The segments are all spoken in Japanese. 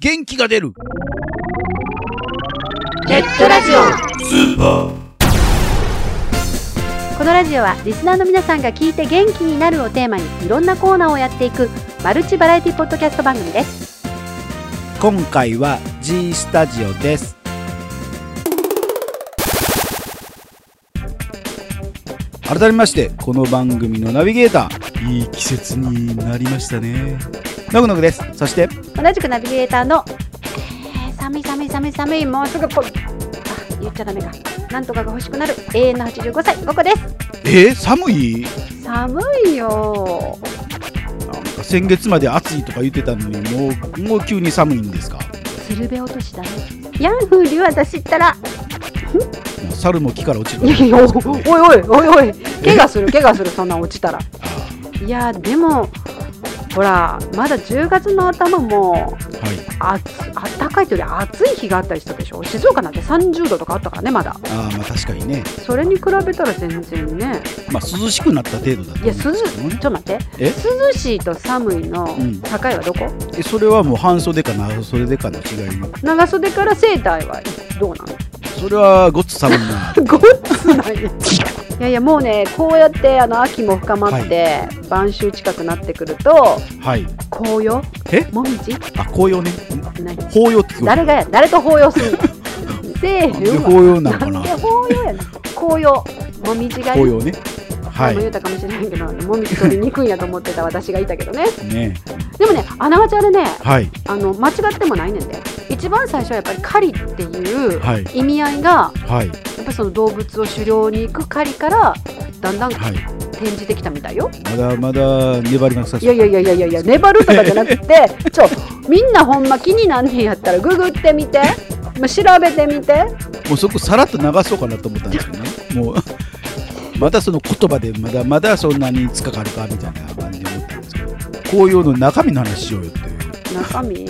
元気が出るネットラジオこのラジオはリスナーの皆さんが聞いて元気になるをテーマにいろんなコーナーをやっていくマルチバラエティポッドキャスト番組です今回は G スタジオです改めましてこの番組のナビゲーターいい季節になりましたね。ノグノグですそして同じくナビゲーターの、えー、寒い寒い寒い寒いもうすぐポあ言っちゃダメかなんとかが欲しくなる永遠の85歳5個でえー、寒いす寒いよなんか先月まで暑いとか言ってたのにもうもう急に寒いんですかセルベ落としだねヤンフーリュア出しったらもう猿も木から落ちるいやいやおおいおいおいおい怪我する怪我するそんなん落ちたらあいやでもほらまだ10月の頭もーはいああったかいというより暑い日があったりしたでしょ静岡なんて30度とかあったからねまだあーまあ確かにねそれに比べたら全然ねまあ涼しくなった程度だと思うんいやで涼すちょけどっねと待ってえ涼しいと寒いの境うんはどこ、えそれはもう半袖か長袖でかの違いの長袖からセーターはどうなのそれはごっつ寒いなごっつないいやいやもうねこうやってあの秋も深まって、晩秋近くなってくるはとい紅葉えもみじあ紅葉ね何紅葉って言われ誰がや誰と抱擁す るのせえへんなんでわ紅葉なのかななんで紅葉やねん紅葉もみじがいい紅葉ねは前いも言うたかもしれないけど、もみじ取りにくいんやと思ってた私がいたけどねねでもねあながちあれねはいあの間違ってもないねんで一番最初はやっぱり狩りっていうはい意味合いがはいやっぱりその動物を狩猟に行く狩りからだんだんは転いじてきたみたいよ、まだまだ粘りなさい、そやういやいやいやいやいや粘るとかじゃな くてちょみんなほんま気になんねんやったらググってみてまあ調べてみてもうそこさらっと流そうかなと思ったんですけどねもう またその言葉でまだまだそんなにつかかるかみたいな感じで思ったんですけど紅葉の中身の話しようよっていう中身うんい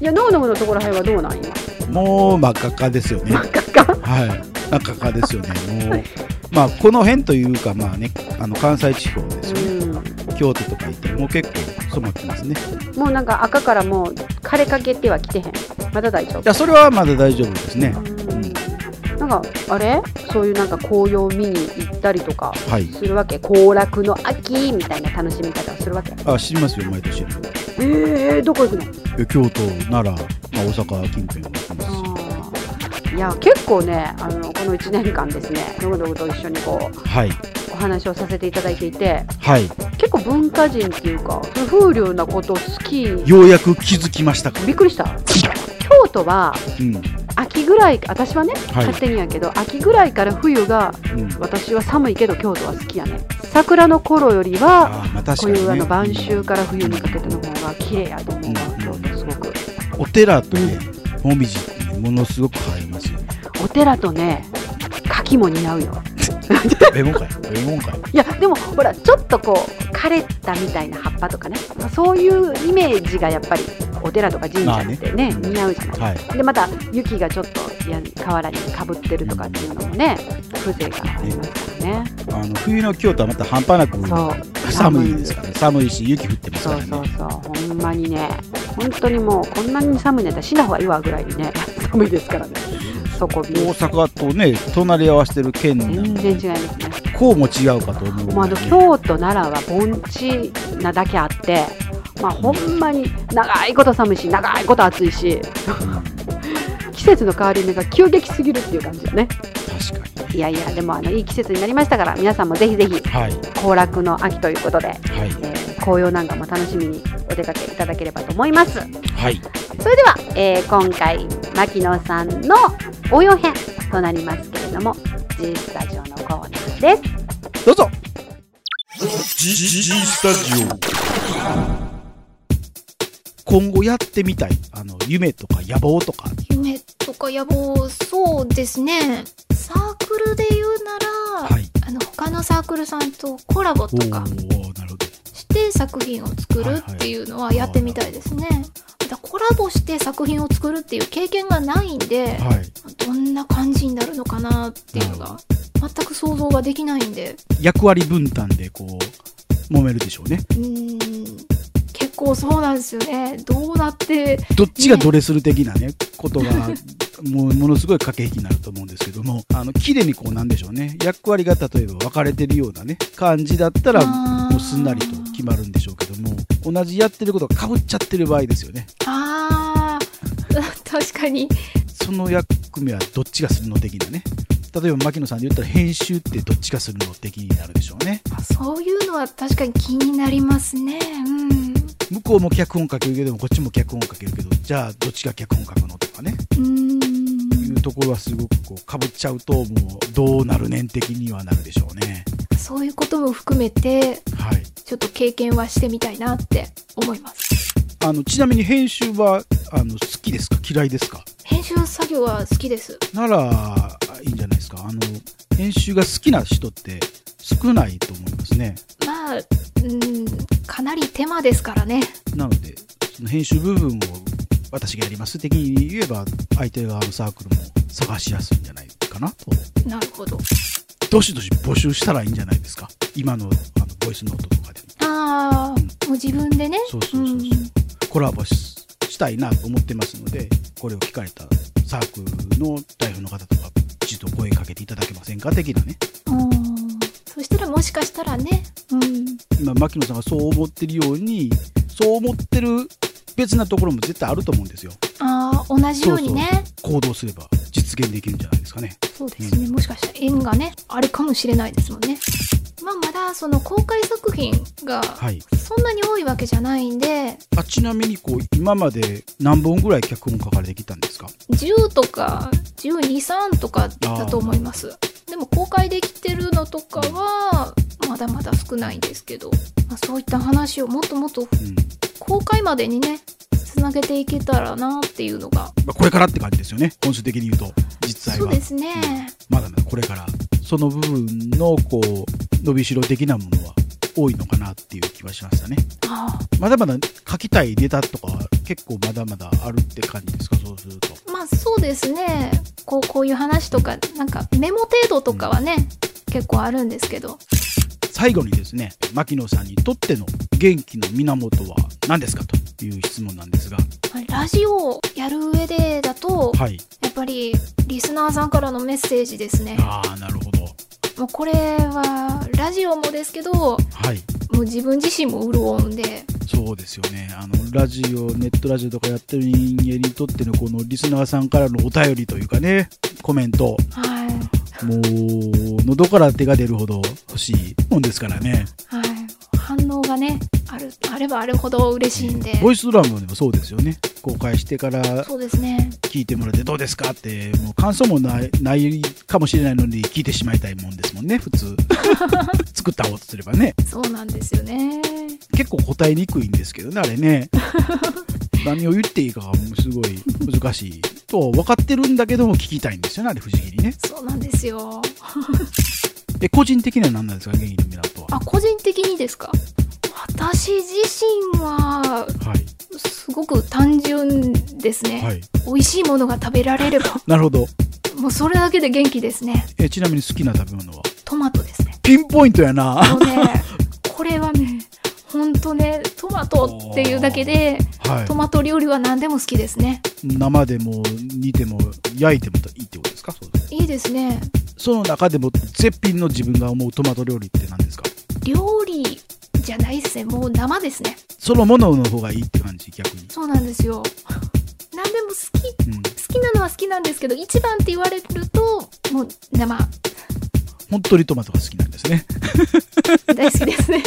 やノーノーのところへんはどうなん今もう真っ赤っかですよね真っ赤っかはい、なかなかですよね、もう、まあ、この辺というか、まあね、あの関西地方ですよね、京都とか行って、もう結構染まってますね。いうんもうなんか赤からもう枯れかけてはきてへんまだ大丈夫や、それはまだ大丈夫ですね。うんなんかあれそういうなんか紅葉見に行ったりとかはい、するわけ行楽の秋みたいな楽しみ方をするわけあ、知りますよ、毎年。えー、どこ行くのえ京都、奈良、まあ、大阪近辺も行きますし。あーいや結構ねあのこの1年間ですねノグノグと一緒にこうはい、お話をさせていただいていてはい、結構文化人っていうかそういう風流なこと好きようやく気づきましたか。びっくりした京都はうん、秋ぐらい私はね、はい勝手にやけど秋ぐらいから冬がうん、私は寒いけど京都は好きやね桜の頃よりはあー、まあ、こ確うかに、いうね。あの晩う秋んから冬にかけての方が綺麗やと思うわうん京都すごくお寺とね、もみじってね、ものすごく映えますよね。お寺とね柿も似合うよえもんかい、えもんかい。いやでもほらちょっとこう枯れたみたいな葉っぱとかねまあそういうイメージがやっぱりお寺とか神社ってねまあねうん似合うじゃないはい、でまた雪がちょっといや河原にかぶってるとかっていうのもね風情がありますからねあの冬の京都はまた半端なく。そう寒いですからね寒いし雪降ってますかそらうねそうそうほんまにね本当にもうこんなに寒いんだったら死な方がいいわぐらいにね 寒いですからね底火大阪とね隣り合わせてる県なの全に然違いますねこうも違うかと思うぐもらうあいのね京都奈良は盆地なだけあってまあほんまに長いこと寒いし長いこと暑いし季節の変わり目が急激すぎるっていう感じよねうん確かいやいやでもあのいい季節になりましたから皆さんもぜひぜひにはい行楽の秋ということで、はいえー紅葉なんかも楽しみにお出かけいただければと思いますはいそれでは、えー今回牧野さんの応用編となりますけれども G スタジオのコーナーですどうぞ G, G, G スタジオ今後やってみたいあの夢とか野望とか夢とか野望そうですねサークルで言うなら、はいあの他のサークルさんとコラボとかおおなるほどして作品を作るっていうのはやってみたいですね、またコラボして作品を作るっていう経験がないんではいどんな感じになるのかなっていうのが全く想像ができないんで役割分担でこう揉めるでしょうねうーん結構そうなんですよね。どうなって、どっちがドレスル的なね、ことが、もうものすごい駆け引きになると思うんですけども、あの、綺麗にこうなんでしょうね、役割が例えば分かれてるようなね、感じだったら、あーもうすんなりと決まるんでしょうけども、同じやってることが被っちゃってる場合ですよね。あー、 確かに。その役目はどっちがするの的なね。例えば牧野さんで言ったら編集ってどっちがするの的になるでしょうねそういうのは確かに気になりますね。うん。向こうも脚本書けるけどもこっちも脚本書けるけどじゃあどっちが脚本書くのとかねういん。うところはすごくこうかぶっちゃうともうどうなるねん的にはなるでしょうねそういうことも含めて、はいちょっと経験はしてみたいなって思います。あのちなみに編集はあの好きですか嫌いですか編集作業は好きです。ならいいんじゃないですかあの編集が好きな人って少ないと思いますねまあ、うん、かなり手間ですからね。なのでその編集部分を私がやります的に言えば相手側のサークルも探しやすいんじゃないかなとなるほど。どしどし募集したらいいんじゃないですか今のあのボイスノートとかでもああ、もう自分でね。そうそうそうそう、コラボししたいなと思ってますのでこれを聞かれたサークルの代表の方とか一度声かけていただけませんか的なねうん。うんそしたらもしかしたらね、うん。今牧野さんがそう思ってるようにそう思ってる別なところも絶対あると思うんですよああ、同じようにね。行動すれば実現できるんじゃないですかねそうですね、もしかしたら縁がねあるかもしれないですもんね。まあ、まだその公開作品がはいそんなに多いわけじゃないんであちなみにこう今まで何本ぐらい脚本書かれてきたんですか10とか123とかだと思いますでも公開できてるのとかはまだまだ少ないんですけど、まあ、そういった話をもっともっとうん、公開までにねつなげていけたらなっていうのがまあ、これからって感じですよね本質的に言うと実際そうはですねまだまだこれからその部分のこう伸びしろ的なものは多いのかなっていう気はしましたねあまだまだ書きたいネタとかは結構まだまだあるって感じですかそうするとあまあそうですねこうこういう話とかなんかメモ程度とかはね、結構あるんですけど最後にですね牧野さんにとっての元気の源は何ですかという質問なんですがまあラジオをやる上でだと、はいやっぱりリスナーさんからのメッセージですね。ああなるほどもうこれはラジオもですけど、もはいう自分自身も潤うんで、そうですよねあのラジオネットラジオとかやってる人間にとってのこのリスナーさんからのお便りというかねコメントはい。もう喉から手が出るほど欲しいもんですからねはい。反応がね、ある、あればあるほど嬉しいんで。ボイスドラムでもそうですよね公開してからそうですね。聞いてもらってどうですかってもう感想もないないかもしれないのに聞いてしまいたいもんですもんね普 通作った方とすればねそうなんですよね。結構答えにくいんですけどねあれね 何を言っていいかがもうすごい難しいとは分かってるんだけども聞きたいんですよねあれ不思議にねそうなんですよ。え個人的には何なんですか元気の源はあ、個人的にですか私自身はは、いすごく単純ですね。はい美味しいものが食べられ れば、なるほどもうそれだけで元気ですね。えちなみに好きな食べ物はトマトですね。ピンポイントやなもう ね、これはね、ほんとね、トマトっていうだけで、はトマト料理は何でも好きですね。い、生でも煮ても焼いてもいいってことですかそうですいいですね。その中でも絶品の自分が思うトマト料理って何ですか料理じゃないですね。もう生ですね。そのものの方がいいって感じ逆に、そうなんですよ。何でも好き、うん、好きなのは好きなんですけど、一番って言われると、もう生、本当にトマトが好きなんですね大好きですね。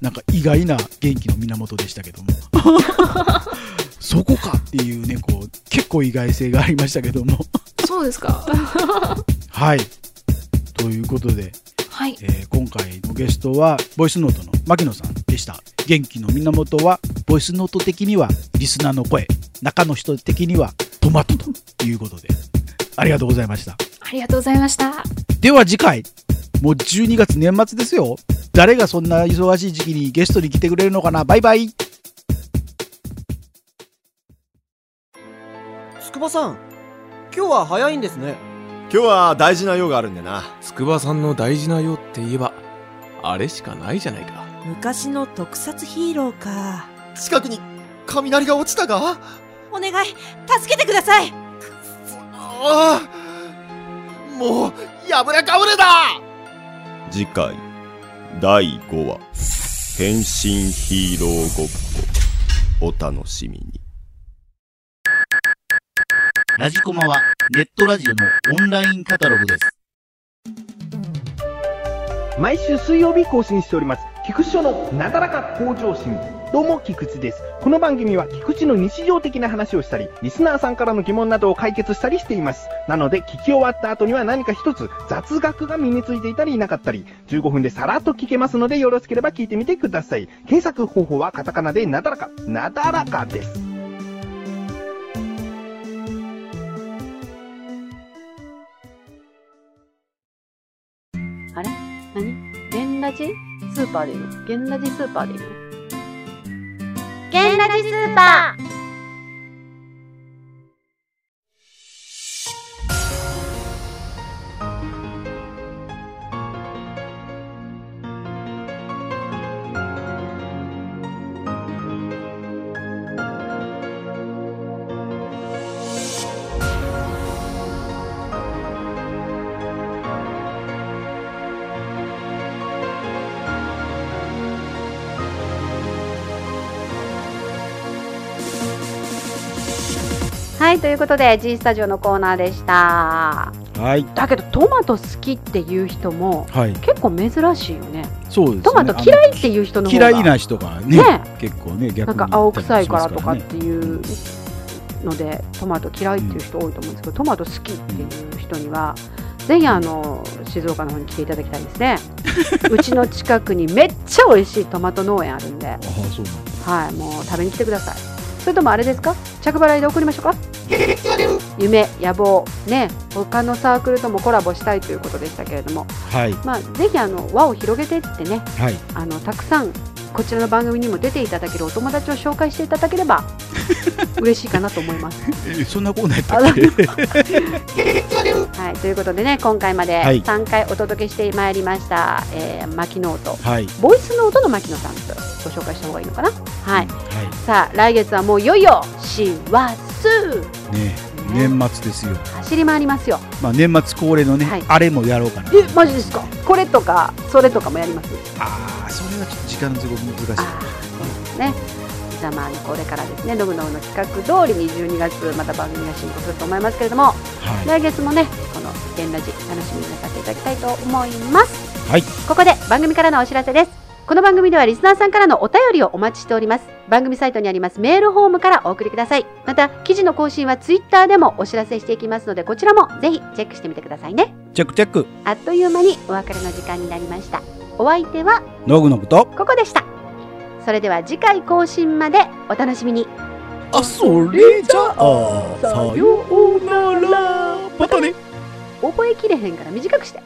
なんか意外な元気の源でしたけどもそこかっていうねこう結構意外性がありましたけどもそうですか。はいということで、 はい。えー今回のゲストはボイスノートの牧野さんでした元気の源はボイスノート的にはリスナーの声中の人的にはトマトということでありがとうございましたありがとうございました。では次回もう12月年末ですよ誰がそんな忙しい時期にゲストに来てくれるのかなバイバイ筑波さん今日は早いんですね今日は大事な用があるんでな筑波さんの大事な用って言えばあれしかないじゃないか昔の特撮ヒーローか。近くに雷が落ちたがお願い、助けてくださいああもう破れかぶれだ次回第5話変身ヒーローごっこお楽しみにラジコマはネットラジオのオンラインカタログです。毎週水曜日更新しております菊池署のなだらか向上心どうも菊池ですこの番組は菊池の日常的な話をしたりリスナーさんからの疑問などを解決したりしていますなので聞き終わった後には何か一つ雑学が身についていたりいなかったり15分でさらっと聞けますのでよろしければ聞いてみてください検索方法はカタカナでなだらかなだらかですあれ何ゲンラジスーパーでいいのゲンラジスーパーでいいのゲンラジスーパーはいということで G スタジオのコーナーでしたはい。だけどトマト好きっていう人もはい。結構珍しいよねそうです、ね。トマト嫌いっていう人あのの方が嫌いな人がね、ね結構ね、逆に。なんか青臭いからとかっていうのでトマト嫌いっていう人多いと思うんですけど、トマト好きっていう人にはぜひあの静岡の方に来ていただきたいです ねうちの近くにめっちゃ美味しいトマト農園あるんで、ああ、そうなんだはい、もう食べに来てくださいそれともあれですか着払いで送りましょうか夢野望ね他のサークルともコラボしたいということでしたけれども、はい。まあ、ぜひあの輪を広げていってねはい。あのたくさんこちらの番組にも出ていただけるお友達を紹介していただけ れば嬉しいかなと思います。えそんなコーナーやったっけはい、ということでね今回まではい3回お届けしてまいりました、えー、牧野とはい。ボイスノートの牧野さんとご紹介した方がいいのかな。はい、はさあ来月はもういよいよ師走い。ねえ年末ですよ。走り回りますよ。まあ、年末恒例のね、はいあれもやろうかな。えマジですかこれとかそれとかもやります。ああ、それはちょっと時間の都合難しい。あーね。じゃあまあこれからですねノブノブの企画通りに12月また番組が進行すると思いますけれどもはい。来月もねこの「ゲンラジ」楽しみになさっていただきたいと思いますはいここで番組からのお知らせですこの番組ではリスナーさんからのお便りをお待ちしております番組サイトにありますメールフォームからお送りくださいまた記事の更新はツイッターでもお知らせしていきますのでこちらもぜひチェックしてみてくださいねチェックチェック。あっという間にお別れの時間になりましたお相手はノグノグと。ここでしたそれでは次回更新までお楽しみにあ、それじゃあ、さようなら。またね。覚えきれへんから短くして